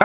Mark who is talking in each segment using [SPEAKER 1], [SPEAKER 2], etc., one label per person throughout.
[SPEAKER 1] อ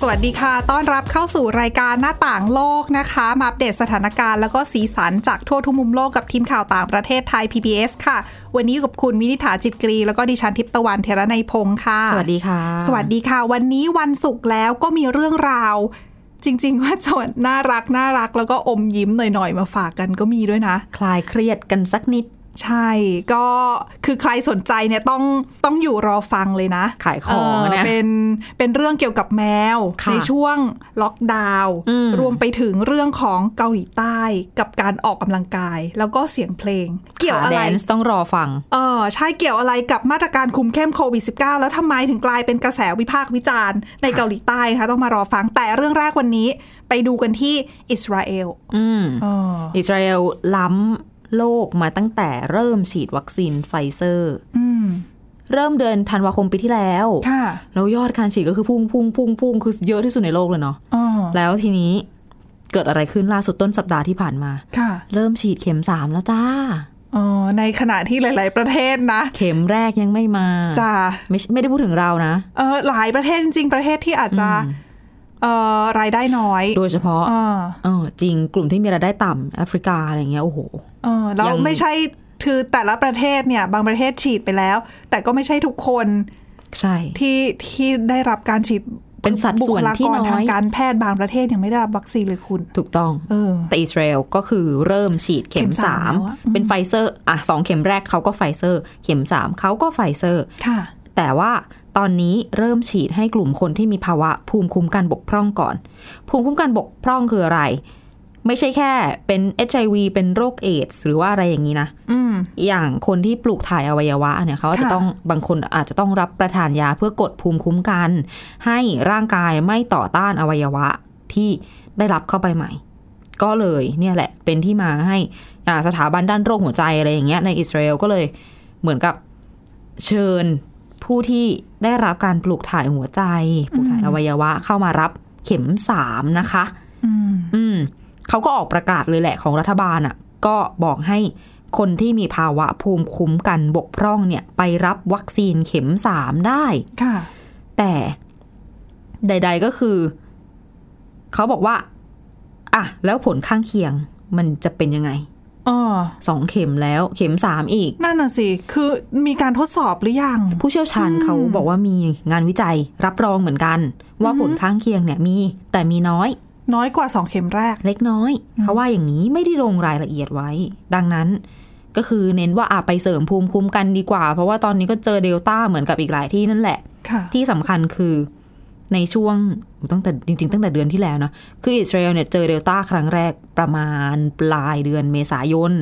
[SPEAKER 2] สวัสดีค่ะ ต้อนรับเข้าสู่รายการหน้าต่างโลกนะคะ มาอัปเดตสถานการณ์แล้วก็สีสันจากทั่วทุกมุมโลกกับทีมข่าวต่างประเทศไทย PBS ค่ะ วันนี้อยู่กับคุณมินิถาจิตกรี แล้วก็ดิฉันทิพย์ตะวันเทระในยพงค์ค่ะ
[SPEAKER 3] สวัสดีค่ะ
[SPEAKER 2] สวัสดีค่ะ วันนี้วันศุกร์แล้วก็มีเรื่องราว จริงๆว่าจะน่ารักน่ารักแล้วก็อมยิ้มหน่อยๆ มาฝากกันก็มีด้วยนะ
[SPEAKER 3] คลายเครียดกันสักนิด
[SPEAKER 2] ใช่ก็คือใครสนใจเนี่ยต้องต้องอยู่รอฟังเลยนะ
[SPEAKER 3] ขายของอะนะ
[SPEAKER 2] เเป็นเป็นเรื่องเกี่ยวกับแมว
[SPEAKER 3] ค่ะ
[SPEAKER 2] ในช่วงล็อกดาวน์
[SPEAKER 3] อืม
[SPEAKER 2] รวมไปถึงเรื่องของเกาหลีใต้กับการออกกำลังกาย แล้วก็เสียงเพลง เกี่ยวอะ
[SPEAKER 3] แด
[SPEAKER 2] ไร
[SPEAKER 3] นซ์ต้องรอฟัง
[SPEAKER 2] เออใช่เกี่ยวอะไรกับมาตรการคุมเข้มโควิด -19 แล้วทำไมถึงกลายเป็นกระแสวิพากษ์วิจารณ์ในเกาหลีใต้นะคะต้องมารอฟังแต่เรื่องแรกวันนี้ไปดูกันที่อิสราเอล
[SPEAKER 3] อืม
[SPEAKER 2] เออ
[SPEAKER 3] อิสราเอลล้ำโลกมาตั้งแต่เริ่มฉีดวัคซีนไฟเซอร์
[SPEAKER 2] อืม
[SPEAKER 3] เริ่มเดือนธันวาคมปีที่แล้ว
[SPEAKER 2] ค่ะ
[SPEAKER 3] แล้วยอดการฉีดก็คือพุ่งพุ่งพุ่งพุ่งคือเยอะที่สุดในโลกเลยเนาะ
[SPEAKER 2] อ๋อ
[SPEAKER 3] แล้วทีนี้เกิดอะไรขึ้นล่าสุดต้นสัปดาห์ที่ผ่านมา
[SPEAKER 2] ค่ะ
[SPEAKER 3] เริ่มฉีดเข็มสามแล้วจ้า
[SPEAKER 2] อ๋อในขณะที่หลาย ๆ ประเทศนะ
[SPEAKER 3] เข็มแรกยังไม่มา
[SPEAKER 2] จะ
[SPEAKER 3] ไม่ใช่ไม่ได้พูดถึงเรานะ
[SPEAKER 2] เออหลายประเทศจริงๆประเทศที่อาจจะเออรายได้น้อย
[SPEAKER 3] โดยเฉพาะ
[SPEAKER 2] เออ
[SPEAKER 3] เออจริงกลุ่มที่มีรายได้ต่ำแอฟริกาอะไรอย่างเงี้ยโอ้โห
[SPEAKER 2] เออแล้ว
[SPEAKER 3] ยัง
[SPEAKER 2] ไม่ใช่คือแต่ละประเทศเนี่ย บางประเทศฉีดไปแล้ว แต่ก็ไม่ใช่ทุกคน
[SPEAKER 3] ใช่
[SPEAKER 2] ที่ที่ได้รับการฉีด
[SPEAKER 3] เป็นสัดส่
[SPEAKER 2] บุ
[SPEAKER 3] วน
[SPEAKER 2] คลากร
[SPEAKER 3] ที่น้อย
[SPEAKER 2] ทางการแพทย์บางประเทศยังไม่ได้รับวัคซีนเลยคุณ
[SPEAKER 3] ถูกต้อง
[SPEAKER 2] เออ
[SPEAKER 3] แต่อิสราเอลก็คือเริ่มฉีดเข็ม
[SPEAKER 2] เข็มสา
[SPEAKER 3] สาม ม
[SPEAKER 2] แล้วอะอืม
[SPEAKER 3] เป็นไฟเซอร์อ่ะสองเข็มแรกเขาก็ไฟเซอร์ เข็มสามเขาก็ไฟเซอร์
[SPEAKER 2] ค่ะ
[SPEAKER 3] แต่ว่าตอนนี้เริ่มฉีดให้กลุ่มคนที่มีภาวะภูมิคุ้มกันบกพร่องก่อน ภูมิคุ้มกันบกพร่องคืออะไร ไม่ใช่แค่เป็น HIV เป็นโรคเอดส์หรือว่าอะไรอย่างนี้นะ
[SPEAKER 2] อืม
[SPEAKER 3] อย่างคนที่ปลูกถ่ายอวัยวะเนี่ยเขาอาจจะ
[SPEAKER 2] ค่ะ
[SPEAKER 3] ต้องบางคนอาจจะต้องรับประทานยาเพื่อกดภูมิคุ้มกัน ให้ร่างกายไม่ต่อต้านอวัยวะที่ได้รับเข้าไปใหม่ ก็เลยเนี่ยแหละเป็นที่มาให้อ่าสถาบันด้านโรคหัวใจอะไรอย่างเงี้ยในอิสราเอลก็เลยเหมือนกับเชิญผู้ที่ได้รับการปลูกถ่ายหัวใจ ปลูกถ่ายอวัยวะเข้ามารับเข็มสามนะคะ
[SPEAKER 2] อืม
[SPEAKER 3] อืมเขาก็ออกประกาศเลยแหละของรัฐบาลอ่ะ ก็บอกให้คนที่มีภาวะภูมิคุ้มกันบกพร่องเนี่ย ไปรับวัคซีนเข็มสามได้
[SPEAKER 2] ค่ะ
[SPEAKER 3] แต่ใด ๆก็คือ เขาบอกว่า อ่ะ แล้วผลข้างเคียงมันจะเป็นยังไง
[SPEAKER 2] เออ
[SPEAKER 3] สองเข็มแล้วเข็มสามอีก
[SPEAKER 2] นั่นน่ะสิ คือมีการทดสอบหรือยัง
[SPEAKER 3] ผู้เชี่ยวชาญเขาบอกว่ามีงานวิจัยรับรองเหมือนกัน ว่าผลข้างเคียงเนี่ยมี แต่มีน้อย
[SPEAKER 2] น้อยกว่าสองเข็มแรก
[SPEAKER 3] เล็กน้อย เขาว่าอย่างนี้ไม่ได้ลงรายละเอียดไว้ ดังนั้นก็คือเน้นว่าอาไปเสริมภูมิคุ้มกันดีกว่า เพราะว่าตอนนี้ก็เจอเดลต้าเหมือนกับอีกหลายที่นั่นแหละ
[SPEAKER 2] ค่ะ
[SPEAKER 3] ที่สำคัญคือในช่วงตั้งแต่จริง ๆ ตั้งแต่เดือนที่แล้วนะคืออิสราเอลเนี่ยเจอเดลต้าครั้งแรกประมาณปลายเดือนเมษายน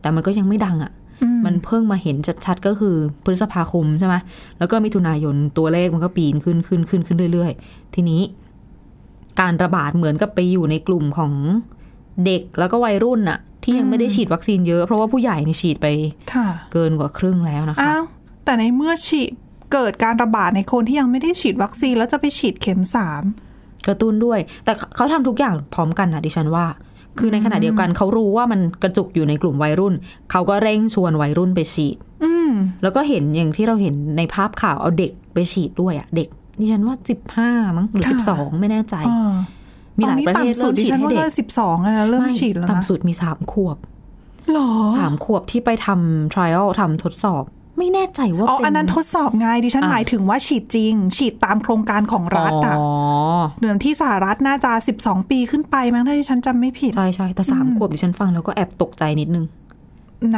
[SPEAKER 3] แต่มันก็ยังไม่ดังอะ่ะ
[SPEAKER 2] อืม
[SPEAKER 3] มันเพิ่งมาเห็นชัดๆก็คือพฤษภาคมใช่ไหมแล้วก็มิถุนายนตัวเลขมันก็ปีนขึ้นขึ้นขึ้นขึ้นเรื่อยๆ ทีนี้ การระบาดเหมือนกับไปอยู่ในกลุ่มของเด็กแล้วก็วัยรุ่นน่ะ ที่ยังไม่ได้ฉีดวัคซีนเยอะเพราะว่าผู้ใหญ่เนี่ยฉีดไป
[SPEAKER 2] ค่ะ
[SPEAKER 3] เกินกว่าครึ่งแล้วนะคะ
[SPEAKER 2] อ้าว แต่ในเมื่อฉีดเกิดการระบาดในคนที่ยังไม่ได้ฉีดวัคซีน แล้วจะไปฉีดเข็มสาม
[SPEAKER 3] กระตุ้นด้วย แต่เขเขาทำทุกอย่างพร้อมกันนะดิฉันว่า คือในขณะเดียวกันเขารู้ว่ามันกระจุกอยู่ในกลุ่มวัยรุ่น เขาก็เร่งชวนวัยรุ่นไปฉีด
[SPEAKER 2] อืม
[SPEAKER 3] แล้วก็เห็นอย่างที่เราเห็นในภาพข่าวเอาเด็กไปฉีดด้วยอะเด็กดิฉันว่า 15 มั้งหรือ
[SPEAKER 2] ค่ะ
[SPEAKER 3] 12 ไม่แน่ใจ
[SPEAKER 2] อ่า
[SPEAKER 3] มีหลายประเทศ
[SPEAKER 2] ตอนนี้ต่ำสุดดิฉั
[SPEAKER 3] เริ่มฉีด
[SPEAKER 2] น
[SPEAKER 3] ให้
[SPEAKER 2] ว่า
[SPEAKER 3] เด็ก
[SPEAKER 2] ก็สิบสองอะเริ่มฉีดแล้วนะ
[SPEAKER 3] ต่ำสุดมี 3 ขวบ
[SPEAKER 2] หรอ
[SPEAKER 3] 3 ขวบที่ไปทำ trial ทำทดสอบ ไม่แน่ใจว่า
[SPEAKER 2] อ๋อ
[SPEAKER 3] เป็น
[SPEAKER 2] อันนั้นทดสอบไงดิฉัน
[SPEAKER 3] อ่ะ
[SPEAKER 2] หมายถึงว่าฉีดจริง ฉีดตามโครงการของรัฐอะ
[SPEAKER 3] อ๋อ
[SPEAKER 2] เหมือนที่สหรัฐน่าจะ 12 ปีขึ้นไปมั้งถ้าดิฉันจำไม่ผิด
[SPEAKER 3] ใช่ใช่แต่สามขวบดิฉันฟังแล้วก็แอบตกใจนิดนึง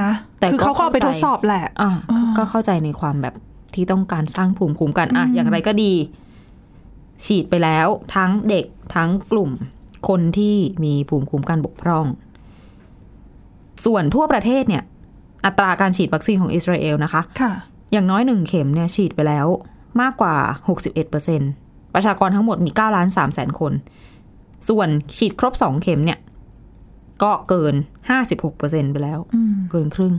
[SPEAKER 2] นะ
[SPEAKER 3] แต่
[SPEAKER 2] คือ
[SPEAKER 3] ก็
[SPEAKER 2] เขาก็เอาไปท
[SPEAKER 3] เข้า
[SPEAKER 2] ด
[SPEAKER 3] ใจ
[SPEAKER 2] สอบแหละ
[SPEAKER 3] อ่ะ
[SPEAKER 2] อ่า
[SPEAKER 3] ก็เข้าใจในความแบบที่ต้องการสร้างภูมิคุ้มกันอ่ะอย่างไรก็ดี ฉีดไปแล้วทั้งเด็กทั้งกลุ่มคนที่มีภูมิคุ้มกันบกพร่อง ส่วนทั่วประเทศเนี่ย อัตราการฉีดวัคซีนของอิสราเอลนะคะ
[SPEAKER 2] ค่ะ
[SPEAKER 3] อย่างน้อยหนึ่งเข็มเนี่ยฉีดไปแล้วมากกว่า 61%ประชากรทั้งหมดมี9ล้าน3แสนคน ส่วนฉีดครบ 2 เข็มเนี่ย ก็เกิน 56%ไปแล้ว
[SPEAKER 2] อืม
[SPEAKER 3] เกินครึ่ง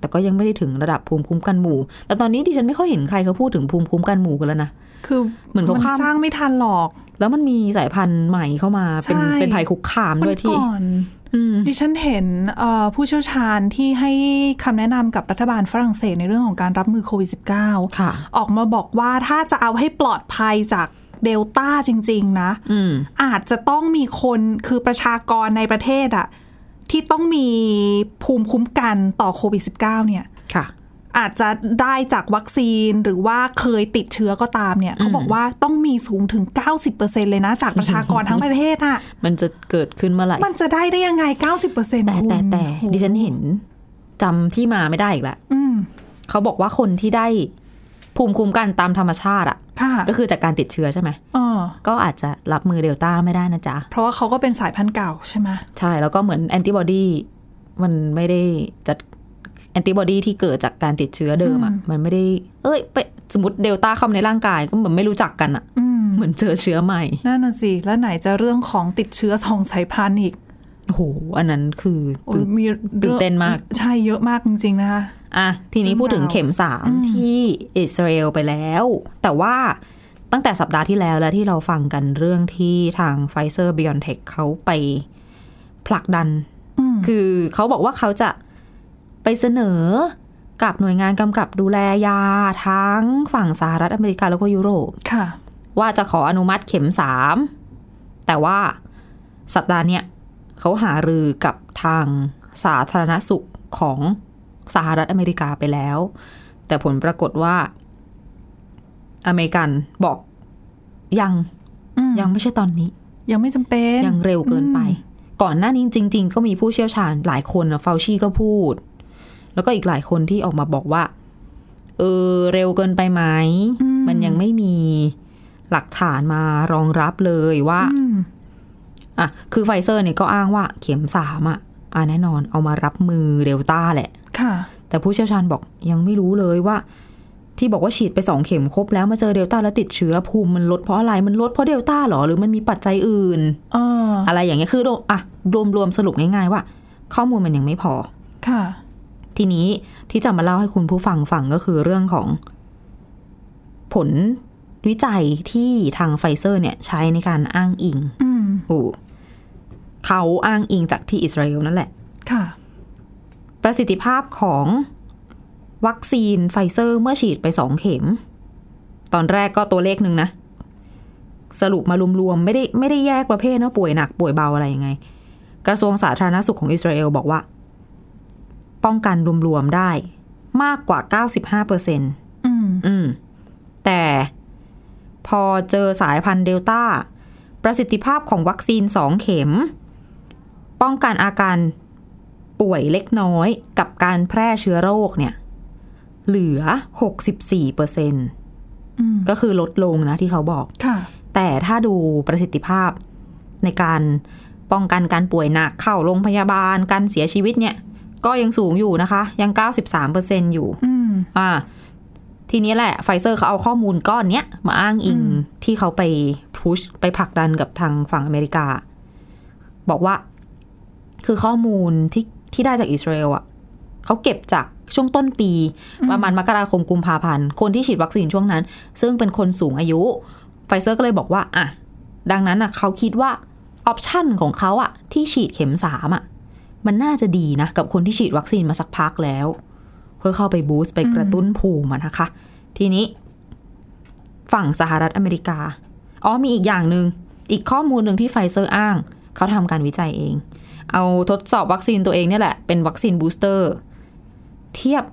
[SPEAKER 3] แต่ก็ยังไม่ได้ถึงระดับภูมิคุ้มกันหมู่ แต่ตอนนี้ดิฉันไม่ค่อยเห็นใครเขาพูดถึงภูมิคุ้มกันหมู่กันแล้วนะ
[SPEAKER 2] คือ
[SPEAKER 3] เหมือนเขาข้าม
[SPEAKER 2] สร้างไม่ทันหรอก
[SPEAKER 3] แล้วมันมีสายพันธุ์ใหม่เข้ามาเป็น
[SPEAKER 2] ใช่
[SPEAKER 3] เป็นภัยคุกคามด้วยที่
[SPEAKER 2] วันก่อน
[SPEAKER 3] อืม
[SPEAKER 2] ดิฉันเห็นเอ่อผู้เชี่ยวชาญที่ให้คำแนะนำกับรัฐบาลฝรั่งเศสในเรื่องของการรับมือโควิด -19
[SPEAKER 3] ค่ะ
[SPEAKER 2] ออกมาบอกว่าถ้าจะเอาให้ปลอดภัยจากเดลต้าจริง ๆ นะ
[SPEAKER 3] อืม
[SPEAKER 2] อาจจะต้องมีคนคือประชากรในประเทศอะที่ต้องมีภูมิคุ้มกันต่อโควิด -19 เนี่ย
[SPEAKER 3] ค่ะ
[SPEAKER 2] อาจจะได้จากวัคซีนหรือว่าเคยติดเชื้อก็ตามเนี่ยเขาบอกว่าต้องมีสูงถึง 90%เลยนะ จากประชากรทั้งประเทศอะ
[SPEAKER 3] มันจะเกิดขึ้นเมื่อไหร่
[SPEAKER 2] มันจะได้ได้ยังไง 90%
[SPEAKER 3] แต่
[SPEAKER 2] คุณ
[SPEAKER 3] แต่แต่
[SPEAKER 2] โอ้โห
[SPEAKER 3] ดิฉันเห็นจำที่มาไม่ได้อีกละ
[SPEAKER 2] อืม
[SPEAKER 3] เขาบอกว่าคนที่ได้ภูมิคุ้มกันตามธรรมชาติอ่ะ
[SPEAKER 2] ค่ะ
[SPEAKER 3] ก็คือจากการติดเชื้อใช่ไหม
[SPEAKER 2] เออ
[SPEAKER 3] ก็อาจจะรับมือเดลต้าไม่ได้นะจ๊ะ
[SPEAKER 2] เพราะว่าเขาก็เป็นสายพันธุ์เก่าใช่ไหม
[SPEAKER 3] ใช่ แล้วก็เหมือนแอนติบอดีมันไม่ได้จัดแอนติบอดีที่เกิดจากการติดเชื้อเดิมอ่ะ มันไม่ได้ เอ้ยไปสมมติเดลต้าเข้ามาในร่างกายก็เหมือนไม่รู้จักกันอ่ะ
[SPEAKER 2] อืม
[SPEAKER 3] เหมือนเจอเชื้อใหม่
[SPEAKER 2] นั่นน่ะสิ แล้วไหนจะเรื่องของติดเชื้อส องสายพันธุ์อีก
[SPEAKER 3] โอ้โห อันนั้นคือ
[SPEAKER 2] โอ้
[SPEAKER 3] ตื่น
[SPEAKER 2] มี
[SPEAKER 3] ตื่นเต้นมาก
[SPEAKER 2] ใช่เยอะมากจริง ๆ นะคะ
[SPEAKER 3] อ่ะทีนี้พูดถึงเข็มสามที่อิสราเอลไปแล้ว แต่ว่าตั้งแต่สัปดาห์ที่แล้วและที่เราฟังกันเรื่องที่ทางไฟเซอร์บิออนเทคเขาไปผลักดัน
[SPEAKER 2] อืม
[SPEAKER 3] คือเขาบอกว่าเขาจะไปเสนอกับหน่วยงานกำกับดูแลยาทั้งฝั่งสหรัฐอเมริกาแล้วก็ยุโรป
[SPEAKER 2] ค่ะ
[SPEAKER 3] ว่าจะขออนุมัติเข็มสามแต่ว่าสัปดาห์เนี้ยเขาหารือกับทางสาธารณสุขของสหรัฐอเมริกาไปแล้ว แต่ผลปรากฏว่า อเมริกันบอกยัง
[SPEAKER 2] อืม
[SPEAKER 3] ยังไม่ใช่ตอนนี้
[SPEAKER 2] ยังไม่จำเป็น
[SPEAKER 3] ยังเร็วเกินไป ก่อนหน้านี้จริง ๆ ก็มีผู้เชี่ยวชาญหลายคนนะเฟลชี่ก็พูด แล้วก็อีกหลายคนที่ออกมาบอกว่า เออ เร็วเกินไปไหม
[SPEAKER 2] อืม
[SPEAKER 3] มันยังไม่มีหลักฐานมารองรับเลยว่า
[SPEAKER 2] อืม
[SPEAKER 3] อ่ะ คือไฟเซอร์เนี่ยก็อ้างว่าเข็มสามอ่ะอ่ะแน่นอนเอามารับมือเดลต้าแหละ
[SPEAKER 2] ค่ะ
[SPEAKER 3] แต่ผู้เชี่ยวชาญบอกยังไม่รู้เลยว่า ที่บอกว่าฉีดไปสองเข็มครบแล้วมาเจอเดลต้าแล้วติดเชื้อภูมิมันลดเพราะอะไรมันลดเพราะเดลต้าเหรอหรือมันมีปัจจัยอื่น
[SPEAKER 2] เออ
[SPEAKER 3] อะไรอย่างเงี้ยคือรวมอ่ะรวมรวมสรุปง่ายๆว่า ข้อมูลมันยังไม่พอ
[SPEAKER 2] ค่ะ
[SPEAKER 3] ทีนี้ที่จะมาเล่าให้คุณผู้ฟังฟังก็คือเรื่องของ ผลวิจัยที่ทางไฟเซอร์เนี่ยใช้ในการอ้างอิง
[SPEAKER 2] อืม
[SPEAKER 3] โอ้เขาอ้างอิงจากที่อิสราเอลนั่นแหละ
[SPEAKER 2] ค่ะ
[SPEAKER 3] ประสิทธิภาพของวัคซีนไฟเซอร์เมื่อฉีดไปสองเข็ม ตอนแรกก็ตัวเลขหนึ่งนะ สรุปมารวมๆ ไม่ได้ไม่ได้แยกประเภทนะป่วยหนักป่วยเบาอะไรยังไง กระทรวงสาธารณสุขของอิสราเอลบอกว่า ป้องกันรวมๆ ได้มากกว่า 95%เปอร์เซ็นต์
[SPEAKER 2] อืม
[SPEAKER 3] อืม แต่พอเจอสายพันธุ์เดลต้า ประสิทธิภาพของวัคซีน 2 เข็ม ป้องกันอาการป่วยเล็กน้อยกับการแพร่เชื้อโรคเนี่ย เหลือ 64เปอร์เซ็น
[SPEAKER 2] อืม
[SPEAKER 3] ก็คือลดลงนะที่เขาบอก
[SPEAKER 2] ค่ะ
[SPEAKER 3] แต่ถ้าดูประสิทธิภาพในการป้องกันการป่วยหนักเข้าโรงพยาบาลการเสียชีวิตเนี่ย ก็ยังสูงอยู่นะคะ ยัง 93เปอร์เซ็นอยู่
[SPEAKER 2] อืม
[SPEAKER 3] อ่าทีนี้แหละไฟเซอร์เขาเอาข้อมูลก้อนเนี้ย มาอ้างอิงที่เขาไปพุชไปผลักดันกับทางฝั่งอเมริกา บอกว่าคือข้อมูลที่ที่ได้จากอิสราเอลอ่ะเขาเก็บจากช่วงต้นปี ประมาณมกราคมกุมภาพันธ์ คนที่ฉีดวัคซีนช่วงนั้น ซึ่งเป็นคนสูงอายุ ไฟเซอร์ก็เลยบอกว่า อ่ะ ดังนั้นอ่ะเขาคิดว่าออปชันของเขาอ่ะ ที่ฉีดเข็มสามอ่ะ มันน่าจะดีนะ กับคนที่ฉีดวัคซีนมาสักพักแล้ว เพื่อเข้าไปบูสต์ไปกระตุ้นภูมิอะนะคะ ทีนี้ ฝั่งสหรัฐอเมริกา อ๋อมีอีกอย่างหนึง่งอีกข้อมูลหนึ่งที่ไฟเซอร์อ้าง เขาทำการวิจัยเอง เอาทดสอบวัคซีนตัวเองเนี่ยแหละ เป็นวัคซีนบูสเตอร์ เทียบ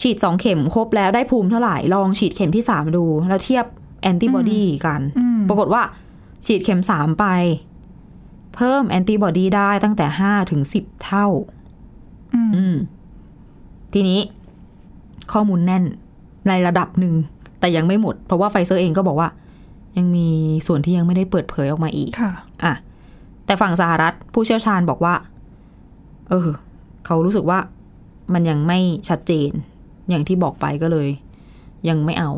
[SPEAKER 3] ฉีด 2 เข็มครบแล้วได้ภูมิเท่าไหร่ ลองฉีดเข็มที่ 3 ดู แล้วเทียบแอนติบอดีกัน
[SPEAKER 2] อืม
[SPEAKER 3] ปรากฏว่า ฉีดเข็ม 3 ไป เพิ่มแอนติบอดีได้ตั้งแต่ 5 ถึง 10 เท่า
[SPEAKER 2] อืม
[SPEAKER 3] อืม ทีนี้ข้อมูลแน่นในระดับหนึ่ง แต่ยังไม่หมด เพราะว่าไฟเซอร์เองก็บอกว่า ยังมีส่วนที่ยังไม่ได้เปิดเผยออกมาอีก
[SPEAKER 2] ค่ะ
[SPEAKER 3] อ่ะ แต่ฝั่งสหรัฐผู้เชี่ยวชาญบอกว่า เออ เขารู้สึกว่ามันยังไม่ชัดเจน อย่างที่บอกไปก็เลย ยังไม่เอา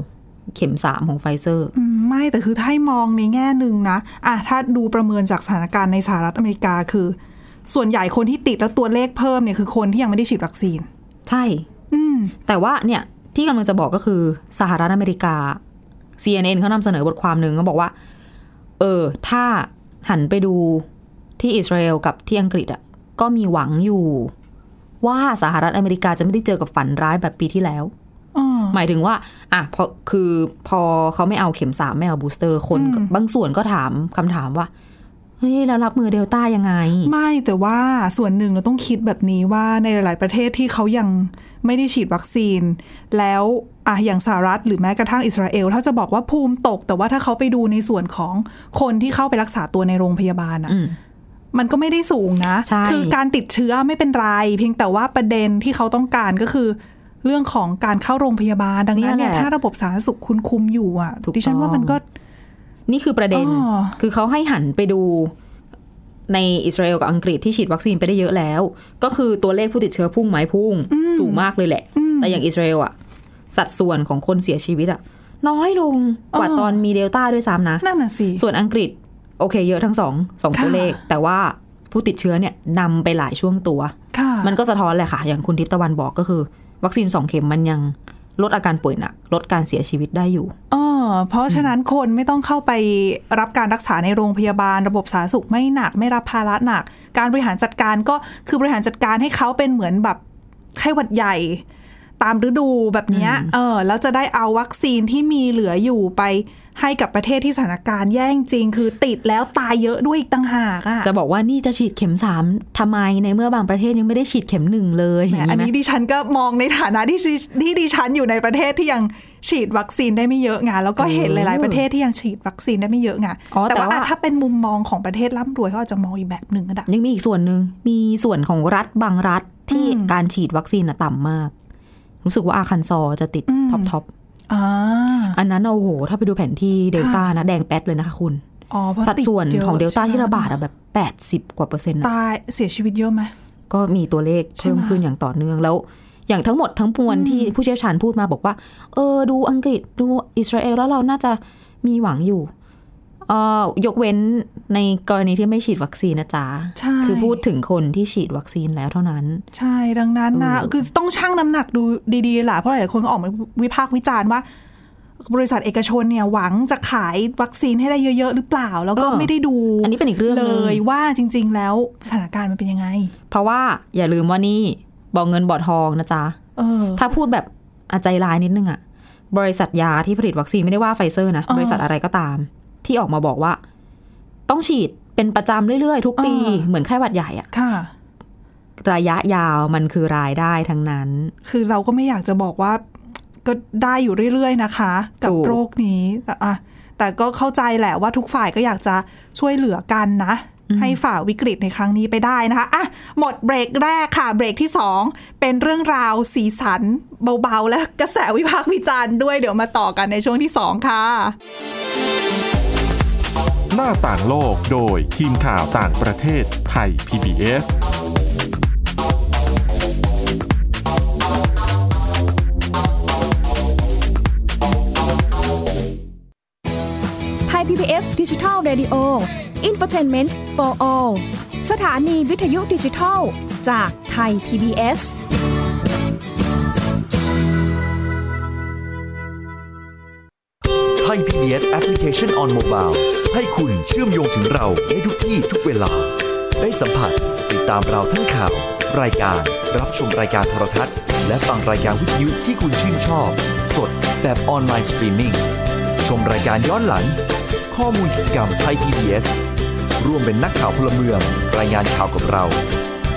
[SPEAKER 3] เข็มสามของไฟเซอร์
[SPEAKER 2] อืมไม่แต่คือถ้าให้มองในแง่หนึ่งนะอ่ะถ้าดูประเมินจากสถานการณ์ในสหรัฐอเมริกาคือ ส่วนใหญ่คนที่ติดแล้วตัวเลขเพิ่มเนี่ยคือคนที่ยังไม่ได้ฉีดวัคซีน
[SPEAKER 3] ใช่
[SPEAKER 2] อืม
[SPEAKER 3] แต่ว่าเนี่ยที่กำลังจะบอกก็คือสหรัฐอเมริกา CNN เขานำเสนอบทความหนึ่งก็บอกว่า เออ ถ้าหันไปดูที่อิสราเอลกับที่อังกฤษอ่ะก็มีหวังอยู่ ว่าสหรัฐอเมริกาจะไม่ได้เจอกับฝันร้ายแบบปีที่แล้ว
[SPEAKER 2] อ๋อ
[SPEAKER 3] หมายถึงว่า อ่ะพอคือพอเขาไม่เอาเข็มสามไม่เอาบูสเตอร์คน
[SPEAKER 2] อืม
[SPEAKER 3] บางส่วนก็ถามคำถามว่า เฮ้ย แล้วรับมือเดลต้ายังไง
[SPEAKER 2] ไม่แต่ว่าส่วนหนึ่งเราต้องคิดแบบนี้ว่าในหลาย ๆ ประเทศที่เขายังไม่ได้ฉีดวัคซีน แล้วอะอย่างสหรัฐหรือแม้กระทั่งอิสราเอล ถ้าจะบอกว่าภูมิตก แต่ว่าถ้าเขาไปดูในส่วนของคนที่เข้าไปรักษาตัวในโรงพยาบาลอะ
[SPEAKER 3] อืม
[SPEAKER 2] มันก็ไม่ได้สูงนะ
[SPEAKER 3] ใช่
[SPEAKER 2] คือการติดเชื้อไม่เป็นไร เพียงแต่ว่าประเด็นที่เขาต้องการก็คือ เรื่องของการเข้าโรงพยาบาลดังนั้นเนี่ย
[SPEAKER 3] เนี่ยแหละ
[SPEAKER 2] ถ้าระบบสาธารณสุขคุณคุมอยู่อ่ะ
[SPEAKER 3] ถูก
[SPEAKER 2] ดิฉันว่ามัน
[SPEAKER 3] ต้อง
[SPEAKER 2] ก็
[SPEAKER 3] นี่คือประเด็น
[SPEAKER 2] อ๋อ
[SPEAKER 3] คือเขาให้หันไปดูในอิสราเอลกับอังกฤษที่ฉีดวัคซีนไปได้เยอะแล้ว ก็คือตัวเลขผู้ติดเชื้อพุ่งไหมพุ่ง สูงมากเลยแหละ แต่อย่างอิสราเอลอะสัดส่วนของคนเสียชีวิตอะน้อยลงกว่าตอนมีเดลต้าด้วยซ้ำนะ
[SPEAKER 2] นั่นน่ะสิ
[SPEAKER 3] ส่วนอังกฤษ โอเค เยอะทั้งสองสอง
[SPEAKER 2] ค่ะ
[SPEAKER 3] ตัวเลข แต่ว่าผู้ติดเชื้อเนี่ยนำไปหลายช่วงตัว
[SPEAKER 2] ค่ะ
[SPEAKER 3] มันก็สะท้อนแหละค่ะ อย่างคุณทิพย์ตะวันบอกก็คือ วัคซีนสองเข็มมันยังลดอาการป่วยหนัก ลดการเสียชีวิตได้อยู่
[SPEAKER 2] อ๋อเพราะฉะนั้นคนไม่ต้องเข้าไปรับการรักษาในโรงพยาบาล ระบบสาธารณสุขไม่หนัก ไม่รับภาระหนัก การบริหารจัดการก็คือบริหารจัดการให้เขาเป็นเหมือนแบบไข้หวัดใหญ่ ตามฤดูแบบเนี้ยเออแล้วจะได้เอาวัคซีนที่มีเหลืออยู่ไปให้กับประเทศที่สถานการณ์แย่จริงๆคือติดแล้วตายเยอะด้วยอีกต่างหากอ่ะ
[SPEAKER 3] จะบอกว่านี่จะฉีดเข็มสามทำไมในเมื่อบางประเทศยังไม่ได้ฉีดเข็มหนึ่งเลย
[SPEAKER 2] แหม
[SPEAKER 3] อย่าง
[SPEAKER 2] อัน
[SPEAKER 3] นี้ไหม
[SPEAKER 2] นี้ดิฉันก็มองในฐานะที่ดิที่ดิฉันอยู่ในประเทศที่ยังฉีดวัคซีนได้ไม่เยอะไงแล้วก็เห็นหลาย ๆ ประเทศที่ยังฉีดวัคซีนได้ไม่เยอะไง
[SPEAKER 3] อ๋อ
[SPEAKER 2] แต่
[SPEAKER 3] แต่
[SPEAKER 2] ว่า
[SPEAKER 3] ว่า
[SPEAKER 2] อ่ะถ้าเป็นมุมมองของประเทศร่ำรวยเขาอาจจะมองอีกแบบหนึ่งก็ได้
[SPEAKER 3] ยังมีอีกส่วนหนึ่งมีส่วนของรัฐบางรัฐที่การฉีดวัคซีนน่ะต่ำมาก รู้สึกว่าอาคันซอจะติด
[SPEAKER 2] อืม
[SPEAKER 3] ท็อปท็อป
[SPEAKER 2] อ่า
[SPEAKER 3] อันนั้นน่ะโอ้โห ถ้าไปดูแผนที่เดลต้านะแดงแป๊ดเลยนะคะคุณ
[SPEAKER 2] อ๋อเพราะ
[SPEAKER 3] สัด
[SPEAKER 2] ติ
[SPEAKER 3] ส่วน
[SPEAKER 2] ยะ
[SPEAKER 3] ของเดลต้าที่
[SPEAKER 2] ใช่
[SPEAKER 3] ระบาดอะแบบ 80 กว่าเปอร์เซ็นต์อะ
[SPEAKER 2] ตายเสียชีวิตเยอะไหม
[SPEAKER 3] ก็มีตัวเลขเพิ่มขึ้นอย่างต่อเนื่องแล้ว อย่างทั้งหมดทั้งปวลที่ผู้เชี่ยวชาญพูดมาบอกว่า เออ ดูอังกฤษดูอิสราเอลแล้วเราน่าจะมีหวังอยู่เอ่อยกเว้นในกรณีที่ไม่ฉีดวัคซีนนะจ๊ะ
[SPEAKER 2] ใช่
[SPEAKER 3] คือพูดถึงคนที่ฉีดวัคซีนแล้วเท่านั้น
[SPEAKER 2] ใช่ดังนั้นนะ
[SPEAKER 3] เออ
[SPEAKER 2] คือต้องชั่งน้ำหนักดูดีๆล่ะเพราะหลายๆคนก็ออกมาวิพากษ์วิจารณ์ว่า บริษัทเอกชนเนี่ยหวังจะขายวัคซีนให้ได้เยอะ ๆ หรือเปล่า แล้วก็ไม่ได้ดู
[SPEAKER 3] อันนี้เป็นอีกเรื่องห
[SPEAKER 2] เล
[SPEAKER 3] นึ่ง
[SPEAKER 2] ยว่าจริง ๆ แล้วสถานการณ์มันเป็นยังไง
[SPEAKER 3] เพราะว่าอย่าลืมว่านี่บอกเงินบอทองนะจ๊ะ
[SPEAKER 2] เออ
[SPEAKER 3] ถ้าพูดแบบอาใจร้ายนิดนึงอะบริษัทยาที่ผลิตวัคซีนไม่ได้ว่าไฟเซอร์นะ
[SPEAKER 2] อ่า
[SPEAKER 3] บริษัทอะไรก็ตาม ที่ออกมาบอกว่า ต้องฉีดเป็นประจำเรื่อยๆ ทุกปี
[SPEAKER 2] อ่า
[SPEAKER 3] เหมือนไข้หวัดใหญ่อะ
[SPEAKER 2] ค่ะ
[SPEAKER 3] ระยะยาวมันคือรายได้ทั้งนั้น
[SPEAKER 2] คือเราก็ไม่อยากจะบอกว่า ก็ได้อยู่เรื่อยๆนะคะ กับ
[SPEAKER 3] ถูก
[SPEAKER 2] โรคนี้แต่อ่ะแต่ก็เข้าใจแหละว่าทุกฝ่ายก็อยากจะช่วยเหลือกันนะ ให้ฝ่าวิกฤตในครั้งนี้ไปได้นะคะอ่ะหมดเบรกแรกค่ะ เบรกที่สองเป็นเรื่องราวสีสันเบาๆ และกระแสวิพากษ์วิจารณ์ด้วยเดี๋ยวมาต่อกันในช่วงที่สองค่ะ
[SPEAKER 1] หน้าต่างโลกโดยทีมข่าวต่างประเทศไทย PBS
[SPEAKER 4] ไทย PBS Digital Radio Infotainment for All สถานีวิทยุดิจิทัล จากไทย PBS
[SPEAKER 5] ไทย PBS Application on Mobile ให้คุณเชื่อมโยงถึงเราในทุกที่ทุกเวลา ได้สัมผัสติดตามเราทั้งข่าว รายการ รับชมรายการโทรทัศน์ และฟังรายการวิทยุที่คุณชื่นชอบ สดแบบออนไลน์สตรีมมิ่งชมรายการย้อนหลัง ข้อมูลกิจกรรมไทย PBS ร่วมเป็นนักข่าวพลเมือง รายงานข่าวกับเรา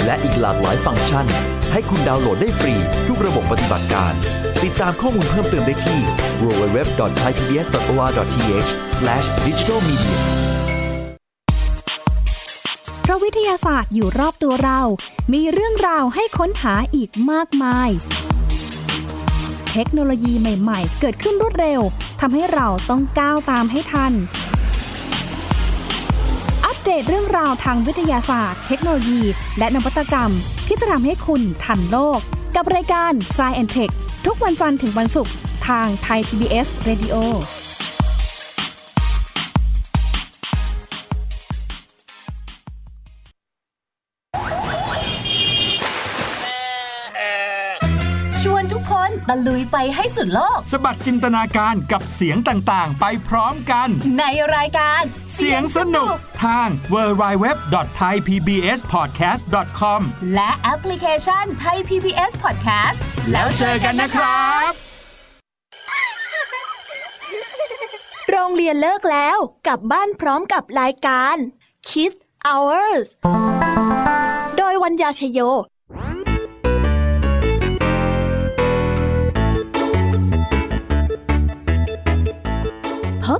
[SPEAKER 5] และอีกหลากหลายฟังก์ชัน ให้คุณดาวน์โหลดได้ฟรี ทุกระบบปฏิบัติการ ติดตามข้อมูลเพิ่มเติมได้ที่ www.thaipbs.or.th/digitalmedia
[SPEAKER 4] เพราะวิทยาศาสตร์อยู่รอบตัวเรา มีเรื่องราวให้ค้นหาอีกมากมาย เทคโนโลยีใหม่ ๆ เกิดขึ้นรวดเร็ว ทำให้เราต้องก้าวตามให้ทัน อัปเดตเรื่องราวทางวิทยาศาสตร์ เทคโนโลยี และนวัตกรรม ที่จะทำให้คุณทันโลก กับรายการ s c i e n t e c h ทุกวันจันทร์ถึงวันศุกร์ทางไทย PBS Radio
[SPEAKER 6] ไ ตะลุยไปให้สุดโลก
[SPEAKER 7] สะบัดจินตนาการกับเสียงต่างๆ ไปพร้อมกัน
[SPEAKER 6] ในรายการ
[SPEAKER 7] เสียงสนุกทาง www.thaipbspodcast.com
[SPEAKER 6] และแอปพลิเคชันไทย PBS Podcast
[SPEAKER 7] แล้วเจอกันนะครับ
[SPEAKER 8] โรงเรียนเลิกแล้วกลับบ้านพร้อมกับรายการ Kids Hours โดยวัญญาชยโย
[SPEAKER 9] พบ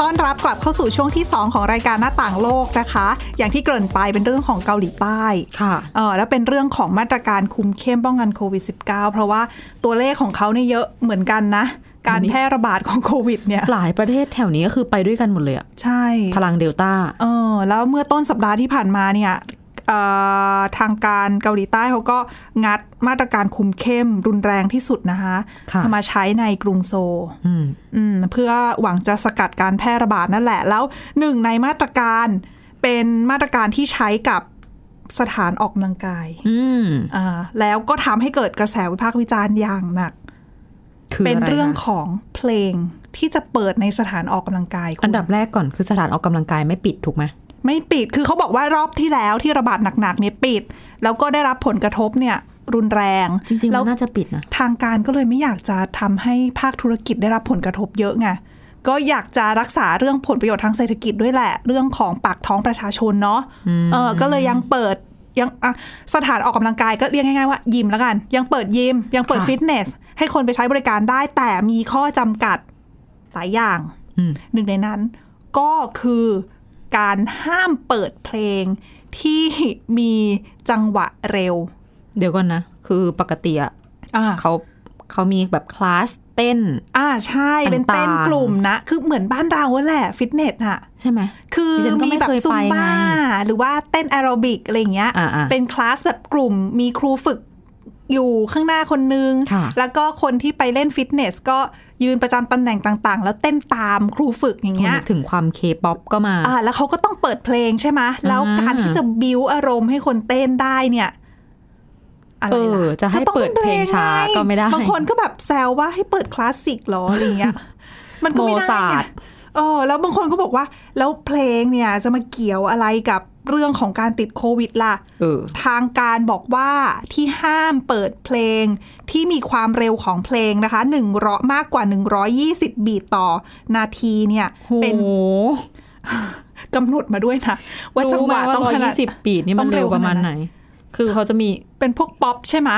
[SPEAKER 2] ต้อนรับกลับเข้าสู่ช่วงที่ 2 ของรายการหน้าต่างโลกนะคะ อย่างที่เกริ่นไปเป็นเรื่องของเกาหลีใต้
[SPEAKER 3] ค่ะ
[SPEAKER 2] เออแล้วเป็นเรื่องของมาตรการคุมเข้มป้องกันโควิด -19 เพราะว่าตัวเลขของเขาเนี่ยเยอะเหมือนกันนะ การแพร่ระบาดของโควิดเนี่ย
[SPEAKER 3] หลายประเทศแถวนี้ก็คือไปด้วยกันหมดเลยอะ
[SPEAKER 2] ใช่
[SPEAKER 3] พลังเดลต้า
[SPEAKER 2] เออแล้วเมื่อต้นสัปดาห์ที่ผ่านมาเนี่ยเอ่อทางการเกาหลีใต้เขาก็งัดมาตรการคุมเข้มรุนแรงที่สุดนะคะ
[SPEAKER 3] ค่ะ
[SPEAKER 2] เอามาใช้ในกรุงโซล
[SPEAKER 3] อืม
[SPEAKER 2] อืมเพื่อหวังจะสกัดการแพร่ระบาดนั่นแหละ แล้วหนึ่งในมาตรการเป็นมาตรการที่ใช้กับสถานออกกำลังกาย
[SPEAKER 3] อืม
[SPEAKER 2] อ่าแล้วก็ทำให้เกิดกระแสวิพากษ์วิจารณ์อย่างหนัก
[SPEAKER 3] คือ
[SPEAKER 2] เป็น
[SPEAKER 3] อะไะ
[SPEAKER 2] เรื่องของเพลงที่จะเปิดในสถานออกกำลังกายคุณ
[SPEAKER 3] อันดับแรกก่อนคือสถานออกกำลังกายไม่ปิดถูกไหม
[SPEAKER 2] ไม่ปิดคือเขาบอกว่ารอบที่แล้วที่ระบาดหนักๆเนี่ยปิด แล้วก็ได้รับผลกระทบเนี่ยรุนแรง
[SPEAKER 3] จริงๆ
[SPEAKER 2] แล้
[SPEAKER 3] มั
[SPEAKER 2] ว
[SPEAKER 3] นน่าจะปิดนะ
[SPEAKER 2] ทางการก็เลยไม่อยากจะทำให้ภาคธุรกิจได้รับผลกระทบเยอะไง ก็อยากจะรักษาเรื่องผลประโยชน์ทางเศรษฐกิจด้วยแหละ เรื่องของปากท้องประชาชนเนาะ เออก็เลยยังเปิดยังอ่ะสถานออกกำลังกายก็เรียกง่ายๆว่ายิมแล้วกัน ยังเปิดยิม ยังเปิด
[SPEAKER 3] ค่ะ
[SPEAKER 2] ฟิตเนส ให้คนไปใช้บริการได้แต่มีข้อจำกัดหลายอย่าง
[SPEAKER 3] อืม
[SPEAKER 2] หนึ่งในนั้นก็คือการห้ามเปิดเพลงที่มีจังหวะเร็ว
[SPEAKER 3] เดี๋ยวก่อนนะ คือปกติอะ
[SPEAKER 2] อ่า
[SPEAKER 3] เขาเขามีแบบคลาสเต้น
[SPEAKER 2] อ่าใช่ เป็นเต้น
[SPEAKER 3] ต่างๆ
[SPEAKER 2] กลุ่มนะ คือเหมือนบ้านเราแหละฟิตเนสอะ
[SPEAKER 3] ใช่ไหม
[SPEAKER 2] คือ
[SPEAKER 3] ดิฉันก็
[SPEAKER 2] มี
[SPEAKER 3] ไม่
[SPEAKER 2] แบบ
[SPEAKER 3] เคย
[SPEAKER 2] ซุ
[SPEAKER 3] ไป
[SPEAKER 2] ม
[SPEAKER 3] ไง
[SPEAKER 2] บ้า หรือว่าเต้นแอโรบิกอะไรอย่างเงี้ย
[SPEAKER 3] อ่าๆ
[SPEAKER 2] เป็นคลาสแบบกลุ่มมีครูฝึกอยู่ข้างหน้าคนนึง
[SPEAKER 3] ค่ะ
[SPEAKER 2] แล้วก็คนที่ไปเล่นฟิตเนสก็ยืนประจำตำแหน่งต่างๆ แล้วเต้นตามครูฝึกอย่างเงี้ย
[SPEAKER 3] นึกถึงความเคป๊อปก็มา
[SPEAKER 2] อ่าแล้วเขาก็ต้องเปิดเพลงใช่ไหมแล้วการที่จะบิวอารมณ์ให้คนเต้นได้เนี่ยอะไร
[SPEAKER 3] เออ
[SPEAKER 2] ล่
[SPEAKER 3] จะให้
[SPEAKER 2] ก็ต้อง
[SPEAKER 3] เปิดเพลงช้าก็ไม่ได้
[SPEAKER 2] บางคนก็แบบแซวว่าให้เปิดคลาสสิกเหรออะไรเงี้ย มันก็
[SPEAKER 3] โม
[SPEAKER 2] ไม่ได้
[SPEAKER 3] ซา
[SPEAKER 2] ไง
[SPEAKER 3] ร์ท
[SPEAKER 2] เออแล้วบางคนก็บอกว่า แล้วเพลงเนี่ยจะมาเกี่ยวอะไรกับเรื่องของการติดโควิดล่ะ
[SPEAKER 3] เออ
[SPEAKER 2] ทางการบอกว่าที่ห้ามเปิดเพลงที่มีความเร็วของเพลงนะคะ1เราะมากกว่า 120 บีทต่อนาทีเนี่ย
[SPEAKER 3] เป็
[SPEAKER 2] เป็น นกำหนดมาด้วยนะ ว่าจังหวะต้องขนาด
[SPEAKER 3] สิบปีนี่มัน
[SPEAKER 2] ต้องเร็
[SPEAKER 3] เร็
[SPEAKER 2] ว
[SPEAKER 3] ว
[SPEAKER 2] ขนาด
[SPEAKER 3] ประมาณไหน คือเขาจะมี
[SPEAKER 2] เป็นพวกป๊อปใช่ไหม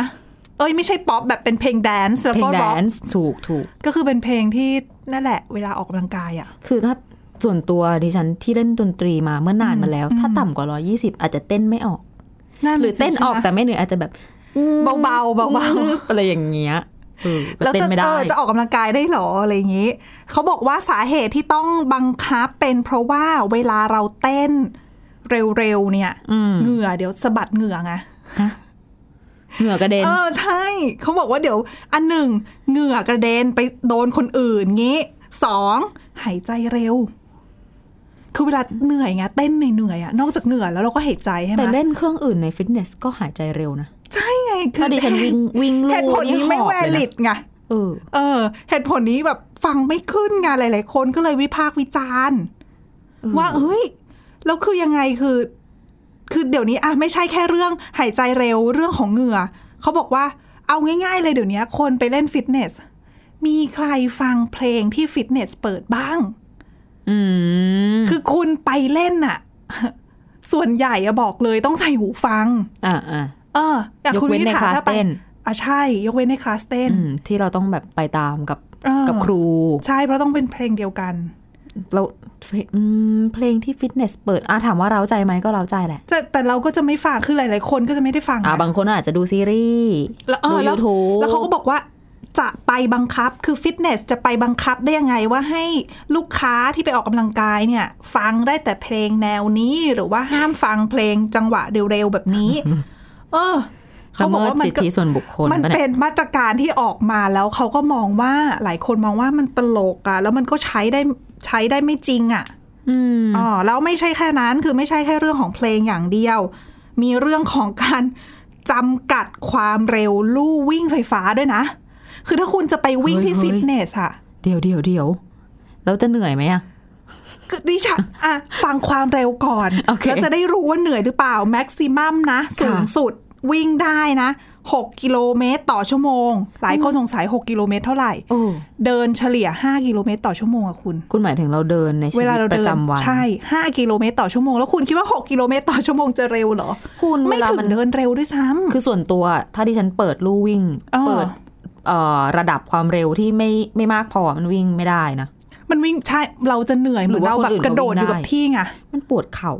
[SPEAKER 2] เอ้ยไม่ใช่ป๊อปแบบเป็นเพลงแดนซ์แล้ว
[SPEAKER 3] เพล
[SPEAKER 2] ก็
[SPEAKER 3] งแด
[SPEAKER 2] ร็อก
[SPEAKER 3] นซ์ถูกถูก
[SPEAKER 2] ก็คือเป็นเพลงที่นั่นแหละ เวลาออกกำลังกายอ่ะ
[SPEAKER 3] คือถ้าส่วนตัวดิฉันที่เล่นดนตรีมาเมื่อนานมาแล้ว ถ้าต่ำกว่า 120 อาจจะเต้นไม่ออก หรือเต้นออกแต่ไม่เหนื่อยอาจจะแบบ
[SPEAKER 2] เบาๆเบาๆ
[SPEAKER 3] อะไรอย่างเงี้ยเออก็
[SPEAKER 2] แล้ว
[SPEAKER 3] เต้น
[SPEAKER 2] จะ
[SPEAKER 3] ไม่
[SPEAKER 2] เอ
[SPEAKER 3] ได้
[SPEAKER 2] อจะออกกำลังกายได้หรออะไรอย่างนี้ เขาบอกว่าสาเหตุที่ต้องบังคับเป็นเพราะว่าเวลาเราเต้นเร็วๆเนี่ย
[SPEAKER 3] อืม
[SPEAKER 2] เหงื่อเดี๋ยวสะบัดเหงื่อไง
[SPEAKER 3] เหงื่อกระเด็น
[SPEAKER 2] เออใช่ เขาบอกว่าเดี๋ยวอันหนึ่งเหงื่อกระเด็นไปโดนคนอื่นงี้สองหายใจเร็ว คือเวลาเหนื่อยไงเต้นเหนื่อยๆอะนอกจากเหงื่อแล้วเราก็หายใจใช่ไหม
[SPEAKER 3] แต่เล่นเครื่องอื่นในฟิตเนสก็หายใจเร็วนะ
[SPEAKER 2] ใช่ไงคื
[SPEAKER 3] ถ้าดิฉันวิ่งวิ่งลู่
[SPEAKER 2] เหตุผลนี้ไม่
[SPEAKER 3] หอบ
[SPEAKER 2] แว
[SPEAKER 3] เยนะ
[SPEAKER 2] ลิดไง
[SPEAKER 3] เออ
[SPEAKER 2] เออเหตุผลนี้แบบฟังไม่ขึ้นไงหลาย ๆ คนก็เลยวิพากษ์วิจารณ์ว่าเฮ้ยแล้วคือยังไงคือ คือเดี๋ยวนี้อะไม่ใช่แค่เรื่องหายใจเร็วเรื่องของเหงื่อเขาบอกว่าเอาง่าย ๆ เลยเดี๋ยวนี้คนไปเล่นฟิตเนส มีใครฟังเพลงที่ฟิตเนสเปิดบ้าง
[SPEAKER 3] อืม
[SPEAKER 2] คือ คุณไปเล่นน่ะ ส่วนใหญ่อะบอกเลยต้องใส่หูฟัง
[SPEAKER 3] อ่าอ่า
[SPEAKER 2] เ เอออย่าง
[SPEAKER 3] ยก
[SPEAKER 2] คุณ
[SPEAKER 3] เว้น
[SPEAKER 2] วิ
[SPEAKER 3] ใน
[SPEAKER 2] นิ
[SPEAKER 3] ค
[SPEAKER 2] ถา
[SPEAKER 3] ลาส
[SPEAKER 2] ถ้าไป
[SPEAKER 3] เต้น
[SPEAKER 2] อ่ะใช่ยกเว้นในคลาสเต้น
[SPEAKER 3] อืมที่เราต้องแบบไปตามกับ
[SPEAKER 2] เออ
[SPEAKER 3] กับครู
[SPEAKER 2] ใช่เพราะต้องเป็นเพลงเดียวกัน
[SPEAKER 3] เราเพลงอืมเพลงที่ฟิตเนสเปิดอ่ะถามว่าเราใจไหมก็เราใจแหละ
[SPEAKER 2] แต่แต่เราก็จะไม่ฟังคือหลาย ๆ คนก็จะไม่ได้ฟัง
[SPEAKER 3] อ่ะ
[SPEAKER 2] นะ
[SPEAKER 3] บางคนอาจจะดูซีรีส์
[SPEAKER 2] แล้วเอ
[SPEAKER 3] ดู
[SPEAKER 2] อแล้
[SPEAKER 3] ยู
[SPEAKER 2] ว
[SPEAKER 3] ทูบ
[SPEAKER 2] แล้วเขาก็บอกว่าจะไปบังคับคือฟิตเนสจะไปบังคับได้ยังไงว่าให้ลูกค้าที่ไปออกกำลังกายเนี่ย ฟังได้แต่เพลงแนวนี้หรือว่าห้ามฟังเพลงจังหวะเร็ว ๆ แบบ นี้ เออ
[SPEAKER 3] ละเมิดสิทธิส่วนบุคคล
[SPEAKER 2] มัน
[SPEAKER 3] ปะ
[SPEAKER 2] เป็
[SPEAKER 3] ย
[SPEAKER 2] นมาตรการที่ออกมาแล้วเขาก็มองว่าหลายคนมองว่ามันตลกอะแล้วมันก็ใช้ได้ใช้ได้ไม่จริงอะ
[SPEAKER 3] อืม
[SPEAKER 2] อ๋อแล้วไม่ใช่แค่นั้นคือไม่ใช่แค่เรื่องของเพลงอย่างเดียว มีเรื่องของการจำกัดความเร็วลู่วิ่งไฟฟ้าด้วยนะ คือถ้าคุณจะไปวิ่งที่ฟิตเนสอะ
[SPEAKER 3] เดี๋ยวเดี๋ยวเดี๋ยวแล้วจะเหนื่อยไหมอ่ะ
[SPEAKER 2] คือดิฉัน อะฟังความเร็วก่อน
[SPEAKER 3] โอเค
[SPEAKER 2] แล้วจะได้รู้ว่าเหนื่อยหรือเปล่าแม็กซิมัมนะสูง
[SPEAKER 3] ค่ะ
[SPEAKER 2] สุดวิ่งได้นะหกกิโลเมตรต่อชั่วโมง หลายคนสงสัยหกกิโลเมตรเท่าไหร่
[SPEAKER 3] โอ้
[SPEAKER 2] เดินเฉลี่ย 5 กิโลเมตรต่อชั่วโมงอะคุณ
[SPEAKER 3] คุณหมายถึงเราเดินในชี
[SPEAKER 2] เว
[SPEAKER 3] วิ
[SPEAKER 2] ลา
[SPEAKER 3] ต
[SPEAKER 2] เรา
[SPEAKER 3] ป
[SPEAKER 2] เดิ
[SPEAKER 3] ระจำวัน
[SPEAKER 2] ใช่ 5 กิโลเมตรต่อชั่วโมง แล้วคุณคิดว่า 6 กิโลเมตรต่อชั่วโมงจะเร็วเหรอ
[SPEAKER 3] คุณ
[SPEAKER 2] ไม่
[SPEAKER 3] เวลา
[SPEAKER 2] ถึ
[SPEAKER 3] มั
[SPEAKER 2] ง
[SPEAKER 3] น
[SPEAKER 2] เดินเร็วด้วยซ้
[SPEAKER 3] คือส่วนตัวถ้าดิฉันเปิดลู่วิ่ง
[SPEAKER 2] อ้อ
[SPEAKER 3] เปิดเอ่อระดับความเร็วที่ไม่ไม่มากพอมันวิ่งไม่ได้นะ
[SPEAKER 2] ำมันวิ่งใช่เราจะเหนื่อยเหมือนเราแบบกระโดดอยู่กับที่ไง
[SPEAKER 3] มันปวดเข่า